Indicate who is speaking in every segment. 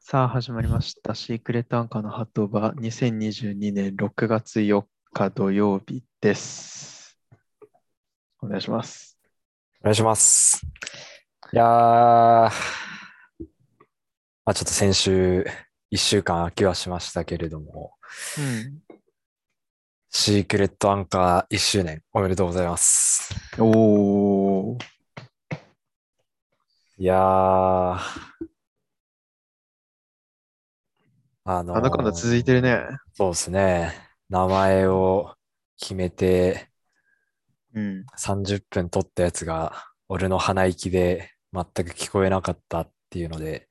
Speaker 1: さあ始まりました。シークレットアンカーのハトバ2022年6月4日土曜日です。お願いします。
Speaker 2: お願いします。いやー、まあ、ちょっと先週、1週間空きはしましたけれども、シークレットアンカー1周年、おめでとうございます。
Speaker 1: うん、おー、
Speaker 2: いやー、あのー
Speaker 1: なんだかんだ続いてるね。
Speaker 2: そうですね。名前を決めて
Speaker 1: うん。
Speaker 2: 30分撮ったやつが、俺の鼻息で全く聞こえなかったっていうので、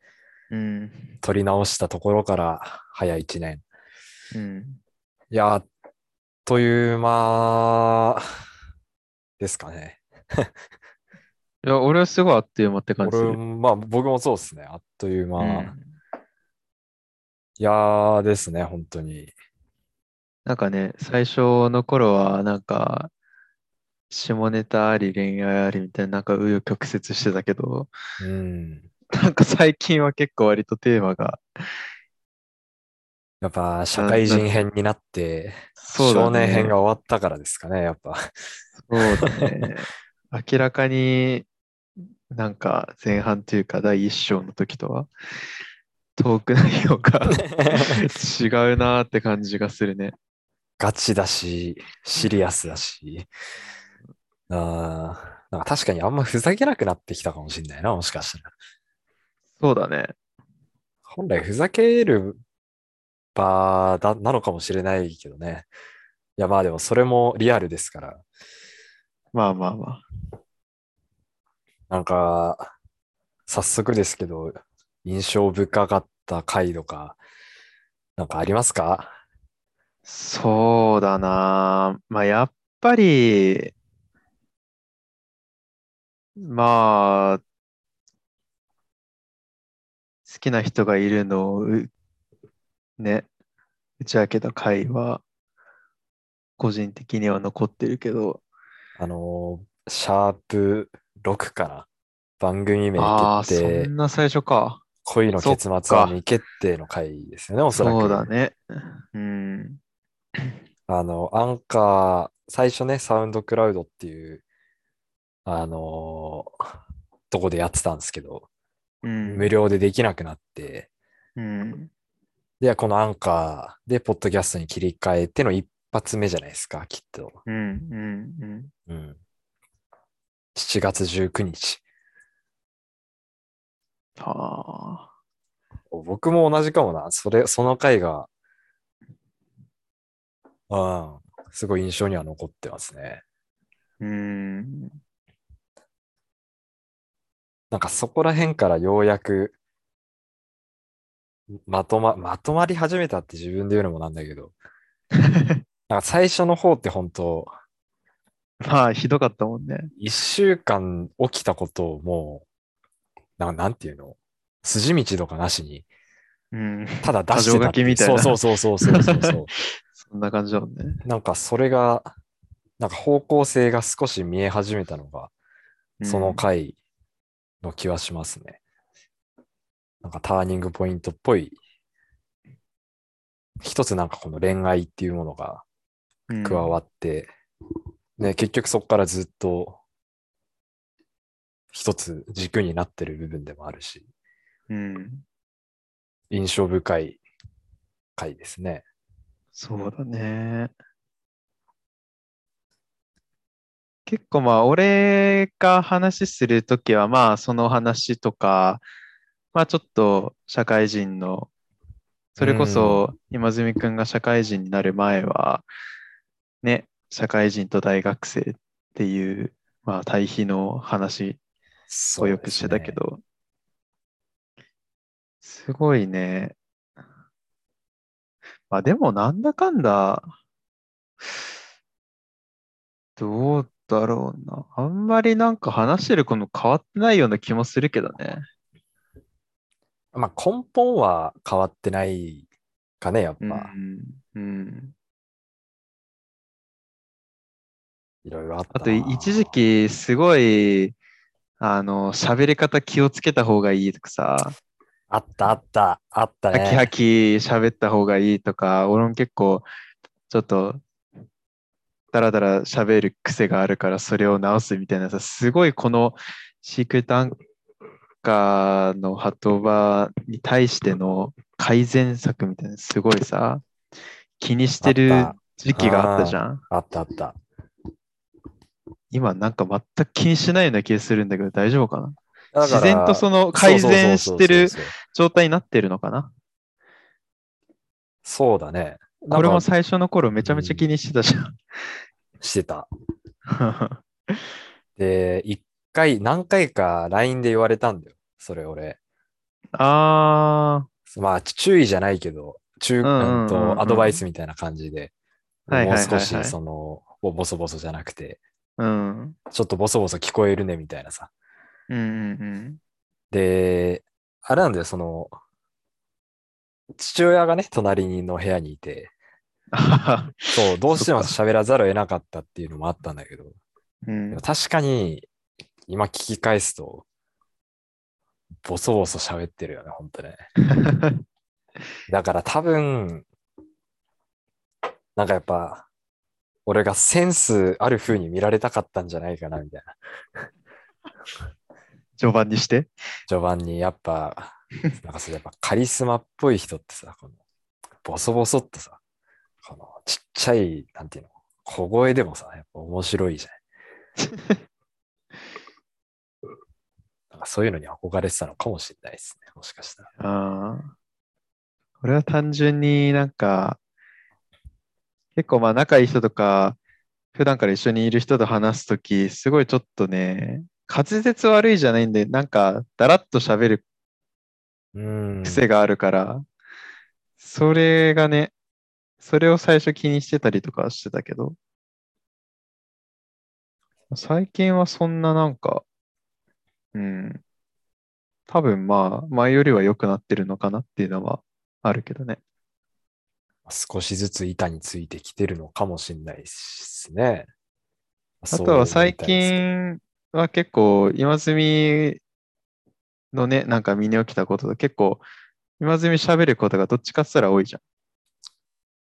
Speaker 1: うん。
Speaker 2: 撮り直したところから早1年。
Speaker 1: うん。
Speaker 2: いや、あっという間ですかね。
Speaker 1: いや、俺はすごいあっという間って感じす
Speaker 2: 俺
Speaker 1: る。
Speaker 2: も、まあ僕もそうですね。あっという間。
Speaker 1: う
Speaker 2: い
Speaker 1: ん
Speaker 2: やーですね、本当に。
Speaker 1: なんかね、最初の頃は、なんか、下ネタあり、恋愛ありみたいな、なんか紆余曲折してたけど、
Speaker 2: うん。
Speaker 1: なんか最近は結構割とテーマが、
Speaker 2: やっぱ社会人編になって、
Speaker 1: そうだ
Speaker 2: 少年
Speaker 1: ね。
Speaker 2: 編が終わったからですかね、やっぱ。
Speaker 1: そうだね。 明らかになんか前半というか第一章の時とはトーク内容 が違うなーって感じがするね。
Speaker 2: ガチだし、シリアスだし。あーなんか確かにあんまふざけなくなってきたかもしれないな、もしかしたら。
Speaker 1: そうだね。
Speaker 2: 本来ふざける場だなのかもしれないけどね。いやまあでもそれもリアルですから。
Speaker 1: まあまあまあ。
Speaker 2: なんか、早速ですけど、印象深かった回とか、なんかありますか
Speaker 1: そうだなー。まあやっぱり、まあ、好きな人がいるのをう、ね、打ち明けた回は、個人的には残ってるけど、
Speaker 2: あのー、シャープ6かな番組名
Speaker 1: ああ、
Speaker 2: 決
Speaker 1: そ
Speaker 2: 定
Speaker 1: ん、な最初か。
Speaker 2: 恋の
Speaker 1: そっ
Speaker 2: 結末は
Speaker 1: か
Speaker 2: 未決定の回ですよね、おそらく。
Speaker 1: そうだね。うん。
Speaker 2: あの、アンカー、最初ね、サウンドクラウドっていう、あのーとこでやってたんですけど、
Speaker 1: うん。
Speaker 2: 無料でできなくなって、
Speaker 1: うん。
Speaker 2: で、このアンカーで、ポッドキャストに切り替えての一発目じゃないですか、きっと。
Speaker 1: うん。うん。うん。
Speaker 2: うん。7月19日。
Speaker 1: はあ。
Speaker 2: 僕も同じかもな。それ、その回が、うん、すごい印象には残ってますね。
Speaker 1: うん。
Speaker 2: なんかそこら辺からようやくまとま、まとまり始めたって自分で言うのもなんだけど、なんか最初の方って本当、
Speaker 1: まあ、ひどかったもんね。
Speaker 2: 一週間起きたことをもう、ななんていうの筋道とかなしに、
Speaker 1: うん。
Speaker 2: ただ出してたっ
Speaker 1: 箇条書き
Speaker 2: て
Speaker 1: みたいな
Speaker 2: そうそうそうそうそうそう。
Speaker 1: そんな感じだもんね。
Speaker 2: なんかそれが、なんか方向性が少し見え始めたのが、その回の気はしますね。なんかターニングポイントっぽい、一つなんかこの恋愛っていうものが
Speaker 1: うん
Speaker 2: 加わって、ね、結局そこからずっと一つ軸になってる部分でもあるし、
Speaker 1: うん。
Speaker 2: 印象深い回ですね。
Speaker 1: そうだね。結構まあ、俺が話するときは、まあ、その話とか、まあ、ちょっと社会人の、それこそ今住くんが社会人になる前は、ね、社会人と大学生っていう、まあ、対比の話
Speaker 2: そ
Speaker 1: をよくしてたけ。ど、すごいね。まあでもなんだかんだ、どうだろうな。あんまりなんか話してること変わってないような気もするけどね。
Speaker 2: まあ根本は変わってないかね、やっぱ。
Speaker 1: うん。うん、
Speaker 2: いろいろあった
Speaker 1: あ
Speaker 2: な。
Speaker 1: と一時期すごい、あの、喋り方気をつけた方がいいとかさ、
Speaker 2: あったあった、あった
Speaker 1: ハキハ
Speaker 2: ね。
Speaker 1: キ喋った方がいいとか、俺も結構ちょっとダラダラ喋る癖があるからそれを直すみたいなさ、すごいこのシークレットアンカーの鳩場に対しての改善策みたいな、すごいさ、気にして
Speaker 2: あ
Speaker 1: る
Speaker 2: った
Speaker 1: 時期があったじゃん。
Speaker 2: あったあった。
Speaker 1: 今なんか全く気にしないような気がするんだけど大丈夫かな
Speaker 2: だから
Speaker 1: 自然とその改善してる
Speaker 2: そうそうそうそうそう
Speaker 1: 状態になってるのかな
Speaker 2: そうだね。
Speaker 1: これ
Speaker 2: な
Speaker 1: も
Speaker 2: んか
Speaker 1: 最初の頃めちゃめちゃ気にしてたじ
Speaker 2: してた。
Speaker 1: ゃん。
Speaker 2: で、一回、何回か LINE で言われたんだよ。それ俺。
Speaker 1: あ
Speaker 2: まあ、注意じゃないけど、中
Speaker 1: うんうんうんうん
Speaker 2: うんとアドバイスみたいな感じで、
Speaker 1: はい
Speaker 2: も
Speaker 1: は
Speaker 2: う
Speaker 1: いはいは
Speaker 2: 少
Speaker 1: い
Speaker 2: しその、ボソボソじゃなくて、
Speaker 1: あ、うん。
Speaker 2: ちょっとボソボソ聞こえるねみたいなさ。
Speaker 1: うんうん
Speaker 2: で、あれなんだよ、その、父親がね、隣の部屋にいて、
Speaker 1: う
Speaker 2: そう、どうしても喋らざるを得なかったっていうのもあったんだけど、
Speaker 1: ん。
Speaker 2: で
Speaker 1: う
Speaker 2: も
Speaker 1: ん、
Speaker 2: 確かに、今聞き返すと、ボソボソ喋ってるよね、ほんとね。だから多分、なんかやっぱ、俺がセンスある風に見られたかったんじゃないかな、みたいな。
Speaker 1: 序盤にして。
Speaker 2: 序盤にやっぱ、なんかそれやっぱカリスマっぽい人ってさ、このボソボソっとさ、このちっちゃい、なんていうの、小声でもさ、やっぱ面白いじゃない。 なんかそういうのに憧れてたのかもしれないですね、もしかしたら。
Speaker 1: ああ。俺は単純になんか、結構まあ仲いい人とか、普段から一緒にいる人と話すとき、すごいちょっとね、滑舌悪いじゃないんで、なんか、だらっと喋る
Speaker 2: うん。
Speaker 1: 癖があるから、それがね、それを最初気にしてたりとかはしてたけど、最近はそんななんか、うん、多分まあ、前よりは良くなってるのかなっていうのはあるけどね。
Speaker 2: 少しずつ板についてきてるのかもしれないですね。
Speaker 1: あ
Speaker 2: そう
Speaker 1: とは最
Speaker 2: みたいですけど。
Speaker 1: 近は結構、今住のね、なんか身に起きたことで結構、今住喋ることがどっちかっつったら多いじゃ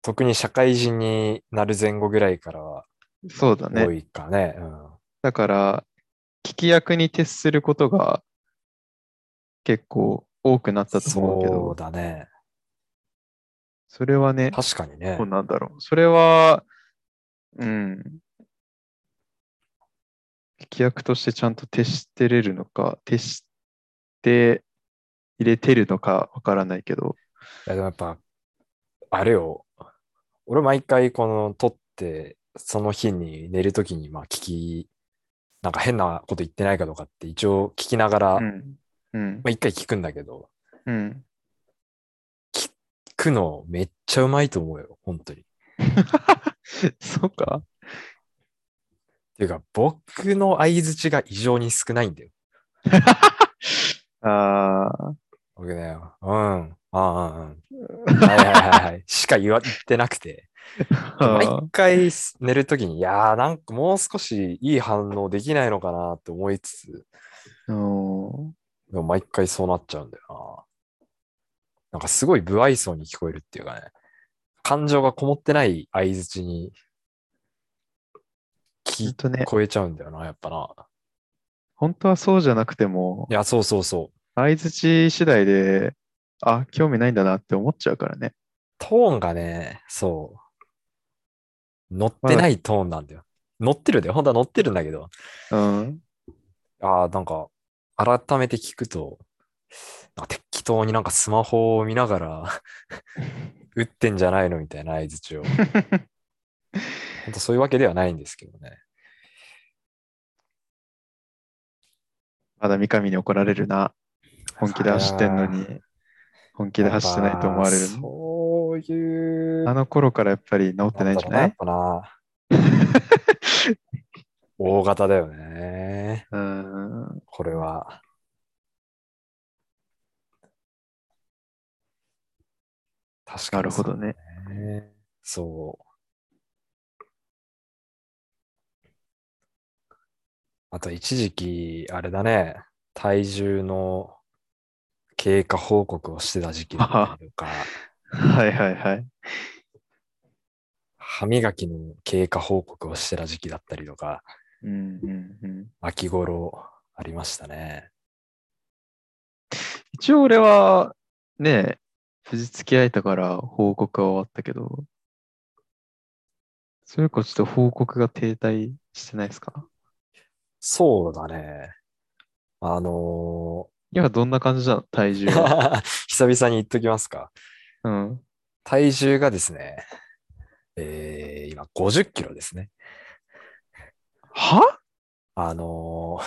Speaker 2: 特に社会人になる前後ぐらいからは
Speaker 1: ん。そうだね
Speaker 2: 多。いかね。うん
Speaker 1: だから、聞き役に徹することが結構多くなったと思うけ
Speaker 2: そう
Speaker 1: ど、
Speaker 2: だね。
Speaker 1: それはね、
Speaker 2: 確かにね
Speaker 1: どう。なんだろう。それは、うん。聞き役としてちゃんと徹してれるのか、徹して入れてるのかわからないけど、
Speaker 2: いやでもやっぱ、あれよ。俺毎回この撮って、その日に寝るときにまあ聞き、なんか変なこと言ってないかとかって一応聞きながら、
Speaker 1: う
Speaker 2: ま
Speaker 1: ん。うん。
Speaker 2: あ一回聞くんだけど、
Speaker 1: うん。
Speaker 2: 聞くのめっちゃうまいと思うよ、本当に。っ
Speaker 1: そうか。
Speaker 2: ていうか、僕の相づちが異常に少ないんだよ。
Speaker 1: ああ、
Speaker 2: 僕ね、うん、ああ、うん、う ん。はいはいはいはい。しか言わ言ってなくて。毎回す寝るときに、いやー、なんかもう少しいい反応できないのかなって思いつつ、
Speaker 1: うん
Speaker 2: でも毎回そうなっちゃうんだよな。なんかすごい不愛想に聞こえるっていうかね、感情がこもってない相づちに
Speaker 1: ほん
Speaker 2: 聞
Speaker 1: とね、
Speaker 2: こえちゃうんだよな、やっぱな。
Speaker 1: 本当はそうじゃなくても
Speaker 2: い、や、そうそうそう。
Speaker 1: 相づち次第で、あ、興味ないんだなって思っちゃうからね。
Speaker 2: トーンがね、そう。乗ってないトーンなんだよ。乗ってるで、本当は乗ってるんだけど、
Speaker 1: うん。
Speaker 2: ああ、なんか、改めて聞くと、なんか適当になんかスマホを見なが ら打ってんじゃないのみたいな相槌を。本当そういうわけではないんですけどね。
Speaker 1: まだ三上に怒られるな。本気で走ってんの
Speaker 2: い
Speaker 1: に
Speaker 2: やー、
Speaker 1: 本 気で走ってないと思われる
Speaker 2: やっ。ぱそういう。
Speaker 1: あの頃からやっぱり治ってないんじゃな
Speaker 2: なん
Speaker 1: い
Speaker 2: だろうなやっぱな 大型だよね。
Speaker 1: うん。
Speaker 2: これは。確か
Speaker 1: なる
Speaker 2: に
Speaker 1: ほどね。
Speaker 2: ね。そう。あと一時期、あれだね、体重の経過報告をしてた時期だったりとか、
Speaker 1: はいはいはい。
Speaker 2: 歯磨きの経過報告をしてた時期だったりとか、
Speaker 1: うんうんうん、
Speaker 2: 秋頃ありましたね。
Speaker 1: 一応俺は、ね、無事付き合えたから報告は終わったけど、それこそちょっと報告が停滞してないですか
Speaker 2: そうだね。あの
Speaker 1: 今どんな感じじゃん体重
Speaker 2: ー
Speaker 1: は。
Speaker 2: 久々に言っときますか。
Speaker 1: うん。
Speaker 2: 体重がですね、えー今50キロですね。
Speaker 1: は
Speaker 2: あの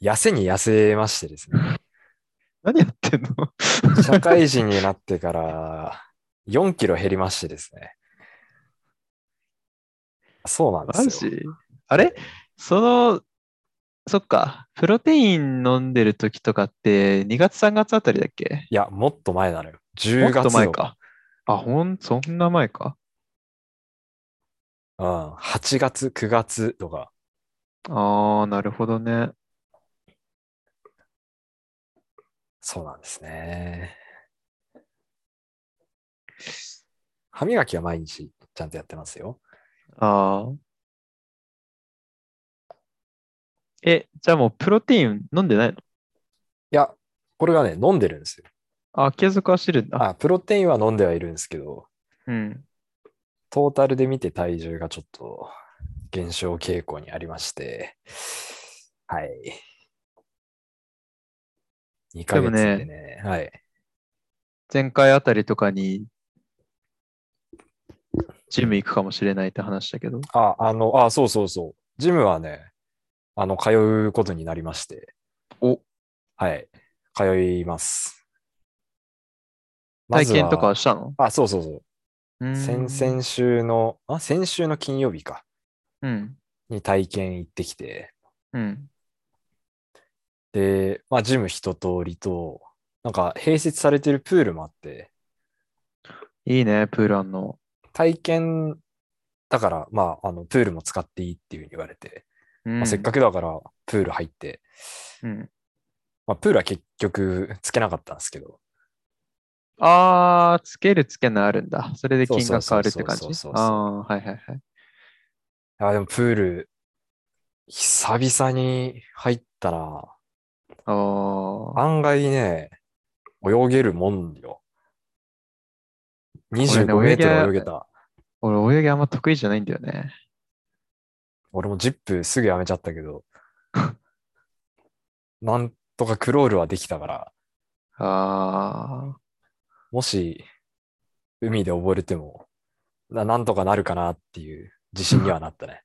Speaker 2: ー 痩せに痩せましてですね。
Speaker 1: 何やってんの
Speaker 2: 社会人になってから4キロ減りましてですね。そうな ん
Speaker 1: マ
Speaker 2: ですよ。
Speaker 1: ジあれその、そっか、プロテイン飲んでる時とかって2月3月あたりだっけ
Speaker 2: いや、もっと前なのよ。
Speaker 1: も
Speaker 2: 10
Speaker 1: っ
Speaker 2: 月の
Speaker 1: と前か。あ、ほん、そんな前か。
Speaker 2: うん、8月、9月とか。
Speaker 1: ああ、なるほどね。
Speaker 2: そうなんですね。歯磨きは毎日ちゃんとやってますよ。
Speaker 1: ああ。え、じゃあもうプロテイン飲んでないの
Speaker 2: いや、これがね、飲んでるんですよ。
Speaker 1: あ、継続はしてるんだ。
Speaker 2: あ、プロテインは飲んではいるんですけど、
Speaker 1: うん。
Speaker 2: トータルで見て体重がちょっと減少傾向にありまして、はい。2ヶ
Speaker 1: でも
Speaker 2: 月
Speaker 1: ね
Speaker 2: でね、はい。
Speaker 1: 前回あたりとかに、ジム行くかもしれないって話だけど。
Speaker 2: あ、あの、あ、そうそうそう。ジムはね、あの、通うことになりまして。
Speaker 1: お
Speaker 2: はい。通います。ま
Speaker 1: 体
Speaker 2: ず
Speaker 1: 験とか
Speaker 2: は
Speaker 1: はしたの
Speaker 2: あ、そうそうそうう。
Speaker 1: ーん
Speaker 2: 先々週の、あ、先週の金曜日か。
Speaker 1: うん。
Speaker 2: に体験行ってきて。
Speaker 1: うん。
Speaker 2: で、まあ、ジム一通りと、なんか、併設されてるプールもあって、
Speaker 1: いいね、プールあんの。
Speaker 2: 体験だから、まあ、あの、プールも使っていいっていうふうに言われて、
Speaker 1: うん
Speaker 2: まあ、せっかくだから、プール入って、
Speaker 1: うん、
Speaker 2: まあ、プールは結局つけなかったんですけど、
Speaker 1: あー、つけるつけないあるんだ。それで金額変わるって感じ
Speaker 2: そうそうそうそうそう
Speaker 1: あー、はいはいはい。
Speaker 2: あでもプール、久々に入ったな。
Speaker 1: ああ。
Speaker 2: 案外ね、泳げるもんよ。25
Speaker 1: 俺ね
Speaker 2: メート
Speaker 1: 泳
Speaker 2: ル
Speaker 1: げ
Speaker 2: 泳げた。
Speaker 1: 俺、泳ぎあんま得意じゃないんだよね。
Speaker 2: 俺もジップすぐやめちゃったけど、なんとかクロールはできたから、
Speaker 1: あ
Speaker 2: もし海で溺れても、ななんとかなるかなっていう自信にはなったね。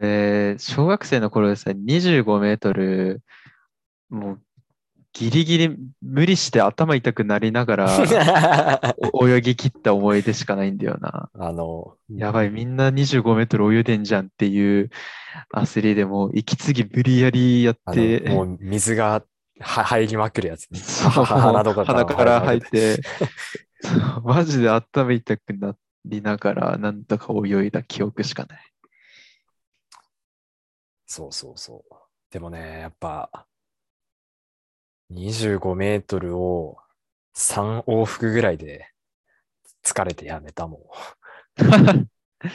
Speaker 1: ー。えー小学生の頃でさ、25メートル、もう、ギリギリ無理して頭痛くなりな がら、
Speaker 2: あ
Speaker 1: お泳ぎ切った思い出しかないんだよな。
Speaker 2: の、
Speaker 1: やばい、みんな25メートル泳いでんじゃんっていう焦りでもう、息継ぎ無理やりやっ
Speaker 2: あの
Speaker 1: て、
Speaker 2: もう水がは入りまくるやつね。
Speaker 1: そう
Speaker 2: 鼻とかから
Speaker 1: 鼻から入って、そうマジで頭痛くなりながら、なんとか泳いだ記憶しかない。
Speaker 2: そうそうそう。でもね、やっぱ、25メートルを3往復ぐらいで疲れてやめたもん。もう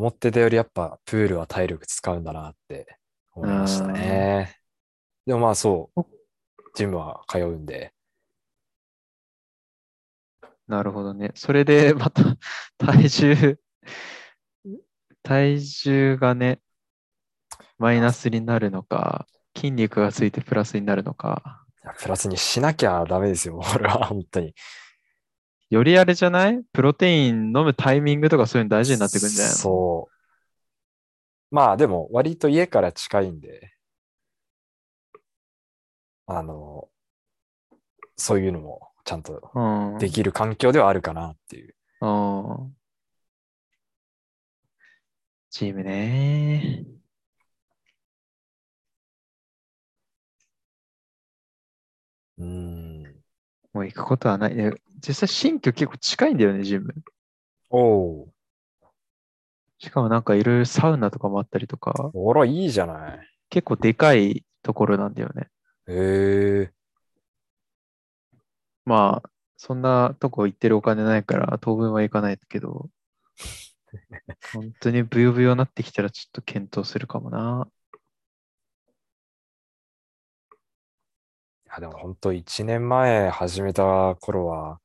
Speaker 2: 思ってたよりやっぱプールは体力使うんだなって思いましたね。でもまあそう、ジムは通うんで、
Speaker 1: なるほどね。それでまた体重、体重がね、マイナスになるのか、筋肉がついてプラスになるのか、
Speaker 2: いやプラスにしなきゃダメですよ、 俺は本当に。
Speaker 1: よりあれじゃないプロテイン飲むタイミングとかそういうの大事になってくんじゃないの
Speaker 2: そう。まあでも、割と家から近いんで、あの、そういうのもちゃんと
Speaker 1: うん。
Speaker 2: できる環境ではあるかなっていう。
Speaker 1: うんチームね。
Speaker 2: うん。
Speaker 1: もう行くことはない。ね実際、新居結構近いんだよね、ジム。
Speaker 2: おう
Speaker 1: しかもなんかいろいろサウナとかもあったりとか、
Speaker 2: おら、いいじゃない。
Speaker 1: 結構でかいところなんだよね。
Speaker 2: ええ
Speaker 1: まあ、そんなとこ行ってるお金ないから、当分は行かないけど、本当にブヨブヨになってきたらちょっと検討するかもな。
Speaker 2: いやでも本当1年前始めた頃は、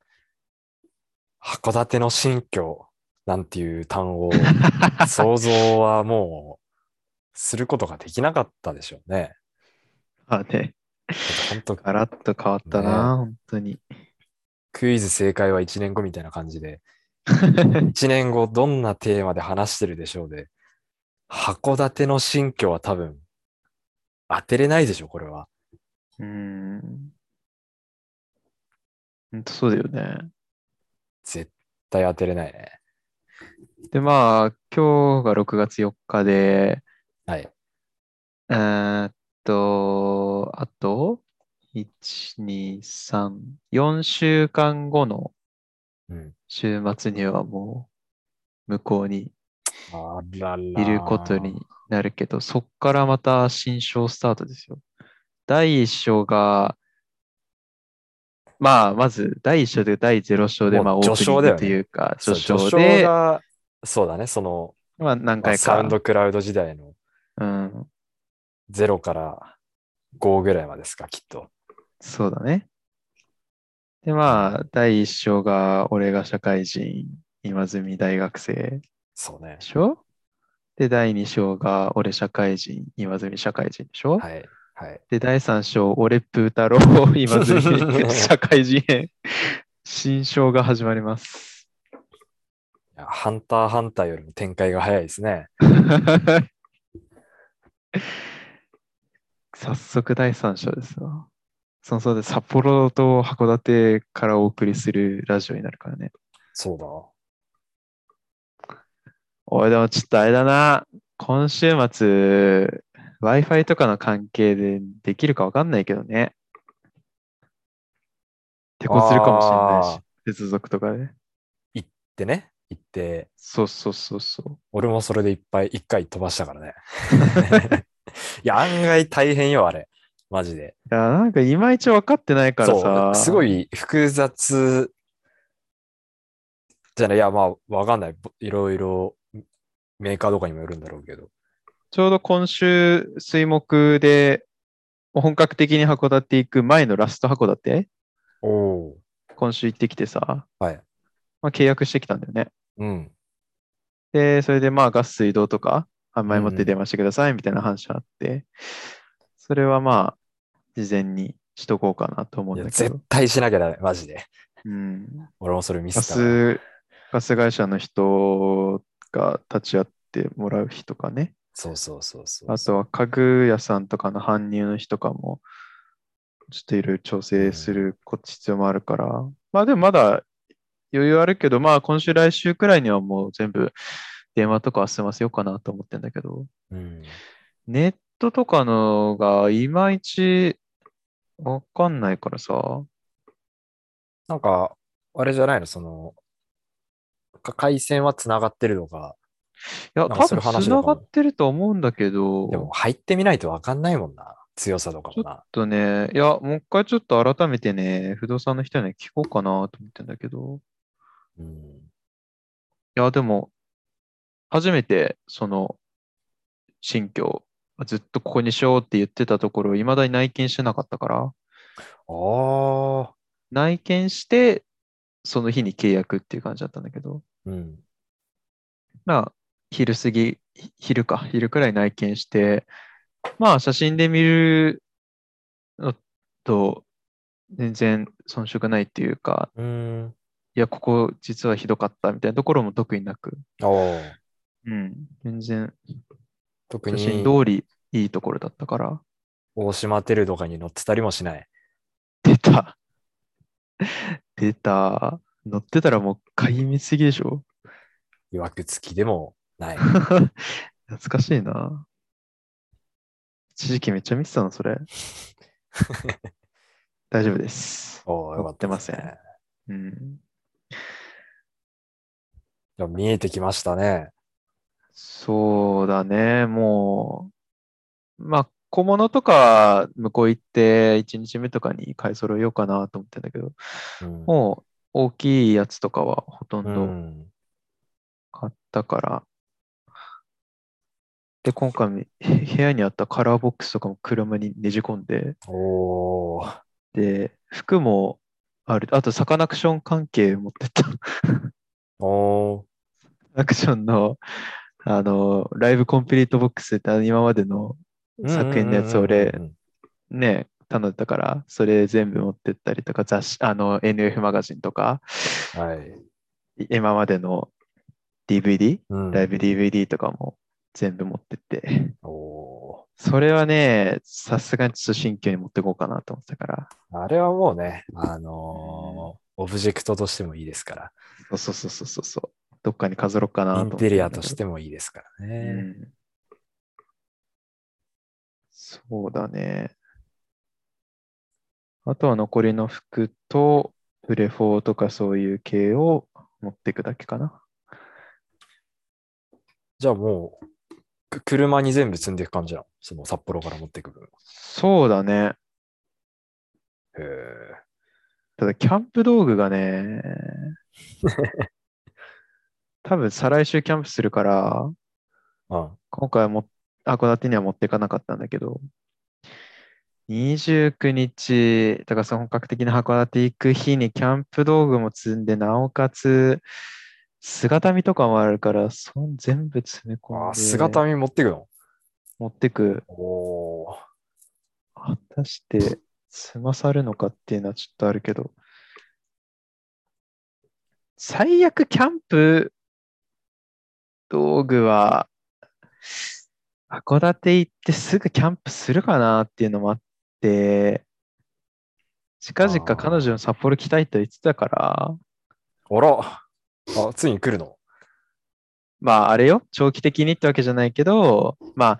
Speaker 2: 函館の新居なんていう単 語を想像はもうすることができなかったでしょうね。
Speaker 1: まあね、
Speaker 2: 本当
Speaker 1: ガラッと変わったな、本当に。
Speaker 2: クイズ正解は1年後みたいな感じで、1年後どんなテーマで話してるでしょうで、函館の新居は多分当てれないでしょ、これは。
Speaker 1: うーん。本当そうだよね。
Speaker 2: 絶対当てれないね。
Speaker 1: で、まあ、今日が6月4日で、
Speaker 2: はい。
Speaker 1: えーっと、あと、1、2、3、4週間後の
Speaker 2: うん。
Speaker 1: 週末にはもう、向こうに
Speaker 2: あらら。
Speaker 1: いることになるけど、そっからまた新章スタートですよ。第1章が、まあ、まず第1章で第0章で、
Speaker 2: もう
Speaker 1: まあ、オープ
Speaker 2: 序
Speaker 1: ニン
Speaker 2: 章だよ
Speaker 1: グ
Speaker 2: ね
Speaker 1: というか、
Speaker 2: そう
Speaker 1: 序章
Speaker 2: 序章
Speaker 1: で、
Speaker 2: が、そうだね、その、
Speaker 1: まあ、何
Speaker 2: まあ
Speaker 1: 回
Speaker 2: サウ
Speaker 1: か
Speaker 2: ン、ドクラウド時代の
Speaker 1: うん、
Speaker 2: 0から5ぐらいまでですか、きっと。
Speaker 1: そうだね。で、まあ、第1章が、俺が社会人、今住大学生
Speaker 2: そうね
Speaker 1: で。しょで、第2章が、俺社会人、今住社会人でしょ、
Speaker 2: はい。はい。
Speaker 1: で、第3章、俺プー太郎、今ず 社会人編、新章が始まります。
Speaker 2: いやハンターハンターよりも展開が早いですね。
Speaker 1: 早速第3章ですわ。そのそうで札幌と函館からお送りするラジオになるからね。
Speaker 2: そうだ。
Speaker 1: おい、でもちょっとあれだな。今週末、Wi-Fi とかの関係でできるかわかんないけどね。手こずるかもしれないし
Speaker 2: あー、
Speaker 1: 接続とかで。
Speaker 2: でね、行って、
Speaker 1: そうそうそうそう。
Speaker 2: 俺もそれでいっぱい、一回飛ばしたか らね。いや、案外大変よ、あれ。マジで。
Speaker 1: いや、なんかいまいち分かってないから
Speaker 2: そ
Speaker 1: さ。
Speaker 2: う、すご。い複雑じゃない、いや、まあ、わかんない。ぼいろいろメーカーとかにもよるんだろうけど。
Speaker 1: ちょうど今週、水木で、本格的に函館行く前のラスト函館、
Speaker 2: おお。
Speaker 1: 今週行ってきてさ、
Speaker 2: はい。
Speaker 1: まあ、契約してきたんだよね。
Speaker 2: うん。
Speaker 1: で、それでまあガス水道とか、あ前もっ
Speaker 2: うんう
Speaker 1: て
Speaker 2: ん
Speaker 1: 電話してくださいみたいな話があって、それはまあ、事前にしとこうかなと思うん
Speaker 2: いや、
Speaker 1: だけ
Speaker 2: 絶
Speaker 1: ど。
Speaker 2: 対しなきゃダメ、マジで。
Speaker 1: うん、
Speaker 2: 俺もそれミス
Speaker 1: ガ
Speaker 2: ったな。
Speaker 1: ス、ガス会社の人が立ち会ってもらう日とかね。
Speaker 2: そうそうそうそう。
Speaker 1: あとは家具屋さんとかの搬入の日とかも、ちょっといろいろ調整するこ必要もあるから、まあでもまだ余裕あるけど、まあ今週来週くらいにはもう全部電話とかは済ませようかなと思ってんだけど、
Speaker 2: うん。
Speaker 1: ネットとかのがいまいちわかんないからさ、
Speaker 2: なんか、あれじゃないの、その、か回線は繋がってるのか、
Speaker 1: いや、
Speaker 2: なんか
Speaker 1: 多
Speaker 2: そうい
Speaker 1: 分
Speaker 2: う話
Speaker 1: 繋
Speaker 2: だと思う
Speaker 1: がってると思うんだけど、
Speaker 2: でも入ってみないとわかんないもんな。強さとかも
Speaker 1: ちょ
Speaker 2: な。
Speaker 1: っとね、いや、もう一回ちょっと改めてね、不動産の人に聞こうかなと思ってんだけど、
Speaker 2: うん。
Speaker 1: いや、でも、初めて、その、新居、ずっとここにしようって言ってたところ、いまだに内見してなかったから、
Speaker 2: ああ。
Speaker 1: 内見して、その日に契約っていう感じだったんだけど、
Speaker 2: うん。
Speaker 1: まあ、昼過ぎ、ひ昼か、昼くらい内見して、まあ、写真で見るのと、全然遜色ないっていうか、
Speaker 2: うん。
Speaker 1: いや、ここ実はひどかったみたいなところも特になく、
Speaker 2: おー
Speaker 1: うん、全然
Speaker 2: 特
Speaker 1: 写
Speaker 2: に。
Speaker 1: 真通りいいところだったから、
Speaker 2: 大島テルとかに乗ってたりもしない。
Speaker 1: 出た。出た。乗ってたらもう買い見すぎでしょ
Speaker 2: いわくつきでもない。
Speaker 1: 懐かしいな。一時期めっちゃ見てたの、それ。大丈夫です。
Speaker 2: おーよかったです、
Speaker 1: 乗ってま
Speaker 2: ね。
Speaker 1: うん。
Speaker 2: でも見えてきましたね。
Speaker 1: そうだね、もう。まあ、小物とかは向こう行って1日目とかに買い揃えようかなと思ってんだけど、
Speaker 2: うん
Speaker 1: もう大きいやつとかはほとん
Speaker 2: う
Speaker 1: ど
Speaker 2: ん。
Speaker 1: 買ったから、で、今回み部屋にあったカラーボックスとかも車にねじ込んで、
Speaker 2: おー。
Speaker 1: で、服もある、あとサカナクション関係持ってった。
Speaker 2: おー。
Speaker 1: アクションの、あの、ライブコンプリートボックスってあの今までの作品のやつを俺
Speaker 2: うんうんうん
Speaker 1: ね、頼んだから、それ全部持ってったりとか、雑誌、あの、NF マガジンとか、
Speaker 2: うん。はい。
Speaker 1: い今までの DVD、
Speaker 2: うん
Speaker 1: ライブ DVD とかも全部持ってって、
Speaker 2: お
Speaker 1: それはね、さすがにちょっと新居に持ってこうかなと思ってたから、
Speaker 2: ー。あれはもうね、あのーオブジェクトとしてもいいですから、
Speaker 1: そうそうそうそうそうそう、どっかに飾ろうかなと
Speaker 2: イ
Speaker 1: 思って。
Speaker 2: ンテリアとしてもいいですから
Speaker 1: う
Speaker 2: ね。
Speaker 1: んそうだね。あとは残りの服と、プレフォーとかそういう系を持っていくだけかな。
Speaker 2: じゃあもう、く車に全部積んでいく感じなのその札幌から持っていく分。
Speaker 1: そうだね。
Speaker 2: へ
Speaker 1: ただ、キャンプ道具が ね、多分再来週キャンプするから、
Speaker 2: ーうん。
Speaker 1: 今回はも函館には持っていかなかったんだけど、29日、だからその本格的な函館行く日にキャンプ道具も積んで、なおかつ姿見とかもあるから、そん全部詰め込ん
Speaker 2: あー
Speaker 1: で
Speaker 2: 姿見持っていくの
Speaker 1: 持ってく、
Speaker 2: おー。
Speaker 1: 果たして済まさるのかっていうのはちょっとあるけど、最悪キャンプ道具は、函館行ってすぐキャンプするかなっていうのもあって、近々
Speaker 2: あー
Speaker 1: 彼女の札幌来たいと言ってたから、
Speaker 2: あら。あ、ついに来るの
Speaker 1: まああれよ、長期的にってわけじゃないけど、まあ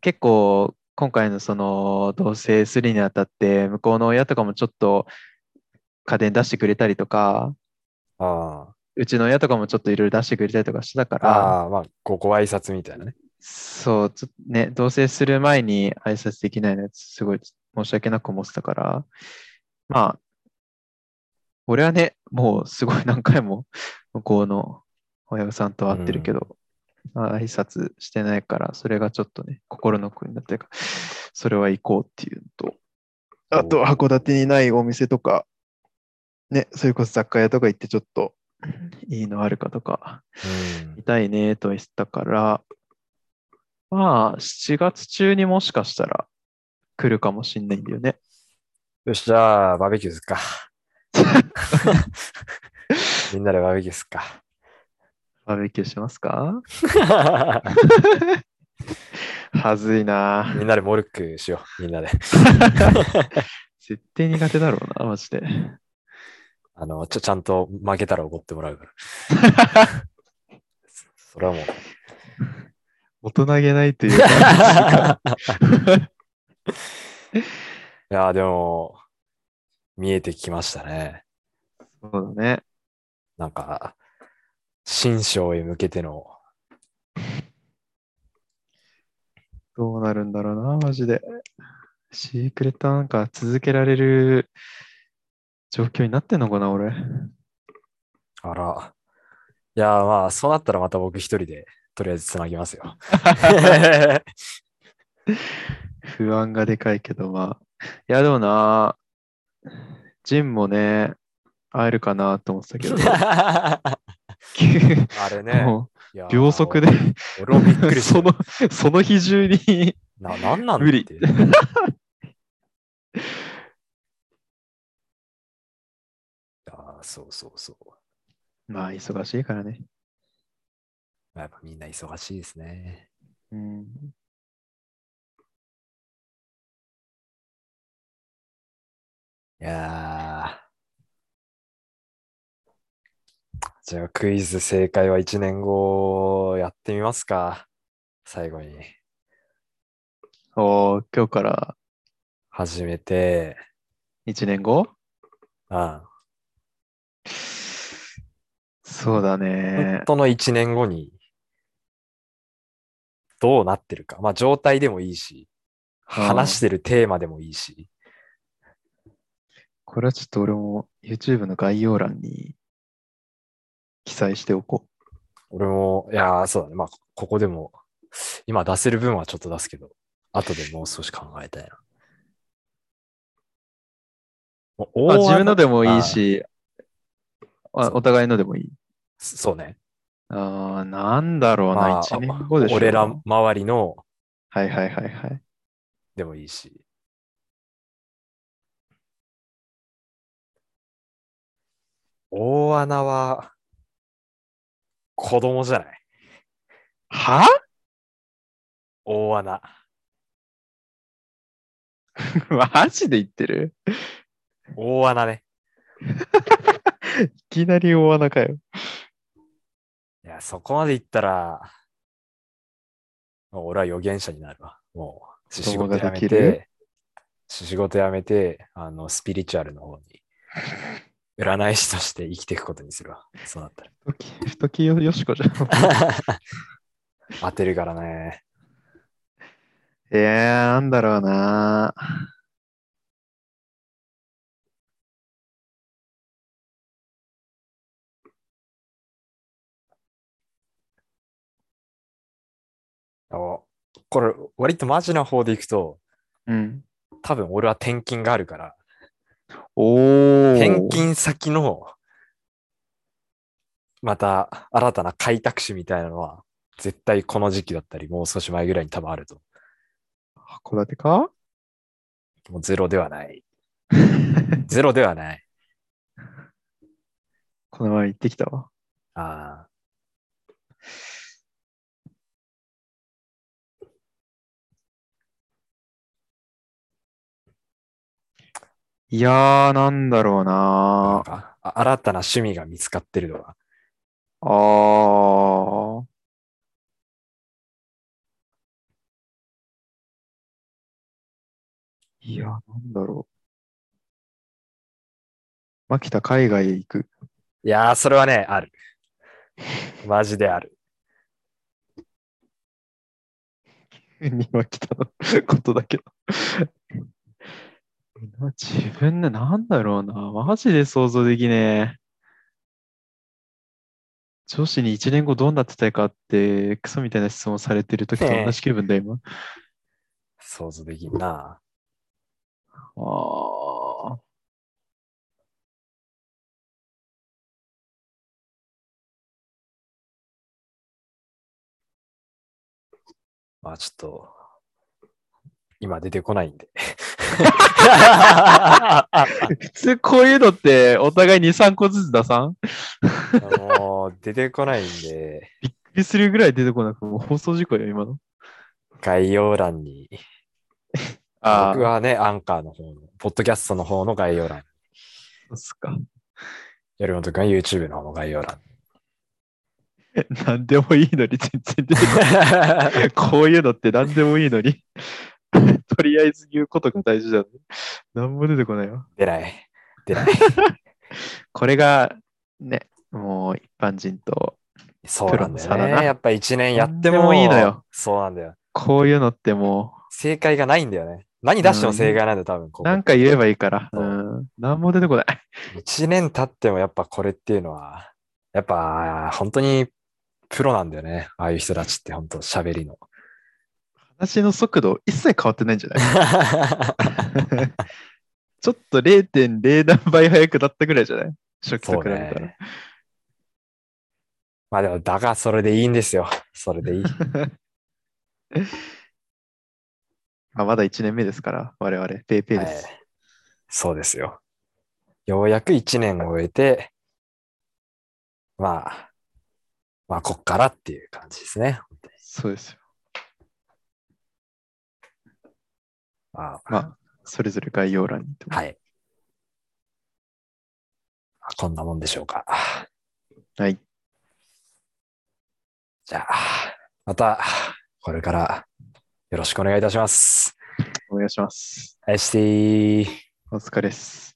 Speaker 1: 結構今回のその同棲するにあたって向こうの親とかもちょっと家電出してくれたりとか、
Speaker 2: あ
Speaker 1: うちの親とかもちょっといろいろ出してくれたりとかしてたか
Speaker 2: あ。
Speaker 1: ら、
Speaker 2: ああー、まあ、ごご挨拶みたいなね。
Speaker 1: そう、ちょっとね、同棲する前に挨拶できないのやつすごい申し訳なく思ってたから、まあ、俺はね、もうすごい何回も向こうの親御さんと会ってるけど、まあ挨拶してないから、それがちょっとね、心の声になってるから、それは行こうっていうのと、あと、
Speaker 2: おー
Speaker 1: 函館にないお店とか、ね、それこそ雑貨屋とか行ってちょっといいのあるかとか、
Speaker 2: うん
Speaker 1: 見たいねと言ってたから、まあ、7月中にもしかしたら来るかもしんないんだよね。
Speaker 2: よし、じゃあ、バーベキューすっか。みんなでバーベキューすっか。
Speaker 1: バーベキューしますかはずいな。
Speaker 2: みんなでモルックしよう、みんなで。
Speaker 1: 絶対苦手だろうな、マジで。
Speaker 2: あの、ちょ、ちゃんと負けたら怒ってもらうから。そそれはもう。
Speaker 1: 大人げないという か。
Speaker 2: いやー、でも、見えてきましたね。
Speaker 1: そうだね。
Speaker 2: なんか、新章へ向けての、
Speaker 1: どうなるんだろうな、マジで。シークレットなんか続けられる状況になってんのかな、俺。
Speaker 2: あら。いやー、まあ、そうなったらまた僕一人で、とりあえずつなぎますよ。
Speaker 1: 不安がでかいけど、まあ。いや、でもな、ジンもね、会えるかなと思ってたけ ど、
Speaker 2: あ
Speaker 1: 急に
Speaker 2: れね。
Speaker 1: も
Speaker 2: いや
Speaker 1: う
Speaker 2: ー
Speaker 1: 秒速で、
Speaker 2: 俺もびっくり し
Speaker 1: そ
Speaker 2: た。
Speaker 1: の、その日中に、
Speaker 2: な、なんなん
Speaker 1: 無理
Speaker 2: て ああ、そうそうそう。
Speaker 1: まあ、忙しいからね。
Speaker 2: やっぱみんな忙しいですね。
Speaker 1: うん。
Speaker 2: いやーじゃあクイズ正解は1年後やってみますか。最後に。
Speaker 1: おー今日から
Speaker 2: 始めて、
Speaker 1: 1年後
Speaker 2: ああ
Speaker 1: そうだ
Speaker 2: 本
Speaker 1: ね。
Speaker 2: 当の1年後にどうなってるか。まあ状態でもいいし、話してるテーマでもいいし、
Speaker 1: これはちょっと俺も YouTube の概要欄に記載しておこ
Speaker 2: 俺も、いやー、そうだね。まあ、ここでも、今出せる分はちょっと出すけど、後でもう少し考えたいな。もう
Speaker 1: う。あ、自分のでもいい。
Speaker 2: 大穴
Speaker 1: し、あ
Speaker 2: そう
Speaker 1: お互いのでもいい。
Speaker 2: あそうね。
Speaker 1: ああ、なんだろう
Speaker 2: ま
Speaker 1: な、
Speaker 2: あ
Speaker 1: 一年後でしょ。
Speaker 2: 俺ら周りの
Speaker 1: はいはいはいはい。
Speaker 2: でもいいし。大穴は、子供じゃない
Speaker 1: は
Speaker 2: 大穴。
Speaker 1: マジで言ってる
Speaker 2: 大穴ね。
Speaker 1: いきなり大穴かよ。
Speaker 2: いや、そこまで言ったら、もう俺は予言者になるわ。もう、仕
Speaker 1: 供
Speaker 2: 事
Speaker 1: ができ
Speaker 2: 辞め
Speaker 1: る
Speaker 2: て、仕事辞めて、あの、スピリチュアルの方に、占い師として生きていくことにするわ。そうなったら。
Speaker 1: ふときふときよよしこじゃん。
Speaker 2: 当てるからね。
Speaker 1: えー、なんだろうな。
Speaker 2: おこれ、割とマジな方でいくと、
Speaker 1: うん。
Speaker 2: 多分俺は転勤があるから、
Speaker 1: おー。
Speaker 2: 転勤先の、また新たな開拓史みたいなのは、絶対この時期だったり、もう少し前ぐらいに多分あると。
Speaker 1: 函館か
Speaker 2: もうゼロではない。ゼロではない。
Speaker 1: この前行ってきたわ。
Speaker 2: ああ。
Speaker 1: いやー、なんだろう
Speaker 2: なん
Speaker 1: な。
Speaker 2: かあ新たな趣味が見つかってるのは、
Speaker 1: あー。いや、なんだろう。牧田海外へ行く。
Speaker 2: いやー、それはね、ある。マジである。
Speaker 1: には来たのことだけど。な自分でなんだろうな。マジで想像できねえ。女子に1年後どうなってたいかって、クソみたいな質問されてる時と同じ気分だ、今。
Speaker 2: 想像できんな。
Speaker 1: ああ。
Speaker 2: まあちょっと、今出てこない んで。
Speaker 1: 普通こういうのって、お互い2、3個ずつ出さん
Speaker 2: もう出てこないんで、
Speaker 1: びっくりするぐらい出てこなくて、もう放送事故よ、今の。
Speaker 2: 概要欄に、
Speaker 1: あ
Speaker 2: 僕
Speaker 1: あ、
Speaker 2: はね、アンカーの方の、ポッドキャストの方の概要欄、
Speaker 1: そうっすか。
Speaker 2: やるのとか YouTube の方の概要欄。
Speaker 1: なんでもいいのに全然出てこない。こういう のって何でもいいのに、 とりあえず言うことが大事だね。何も出てこないよ。
Speaker 2: 出ない。出ない。
Speaker 1: これが、ね、もう一般人と、
Speaker 2: そうなんだ
Speaker 1: プロの差だ
Speaker 2: よ
Speaker 1: な
Speaker 2: ね。やっぱ一年やって
Speaker 1: なんで
Speaker 2: も
Speaker 1: もいいのよ。
Speaker 2: そうなんだよ。
Speaker 1: こういうのっても
Speaker 2: 正解がないんだよね。何出しても正解なんだよ、多分こ
Speaker 1: う、
Speaker 2: こ
Speaker 1: なんか言えばいいから、
Speaker 2: そう
Speaker 1: うん、何も出てこない。
Speaker 2: 一年経ってもやっぱこれっていうのは、やっぱ本当にプロなんだよね。ああいう人たちって本当喋 りの。
Speaker 1: 話の速度、一切変わってないんじゃない ちょっと0.0何倍速くなったぐらいじゃない初期と
Speaker 2: そう
Speaker 1: 比べたら。
Speaker 2: ね。まあでも、だがそれでいいんですよ。それでいい。
Speaker 1: まあ、まだ1年目ですから、我々、ペイペイです。
Speaker 2: はいそうですよ。ようやく一年を終えて、まあ、まあ、こっからっていう感じですね。
Speaker 1: そうですよ。
Speaker 2: まあ、
Speaker 1: まあ、それぞれ概要欄にと。
Speaker 2: はい。まあこんなもんでしょうか。
Speaker 1: はい。
Speaker 2: じゃあ、また、これからよろしくお願いいたします。
Speaker 1: お願いします。
Speaker 2: 愛してー。
Speaker 1: お疲れっす。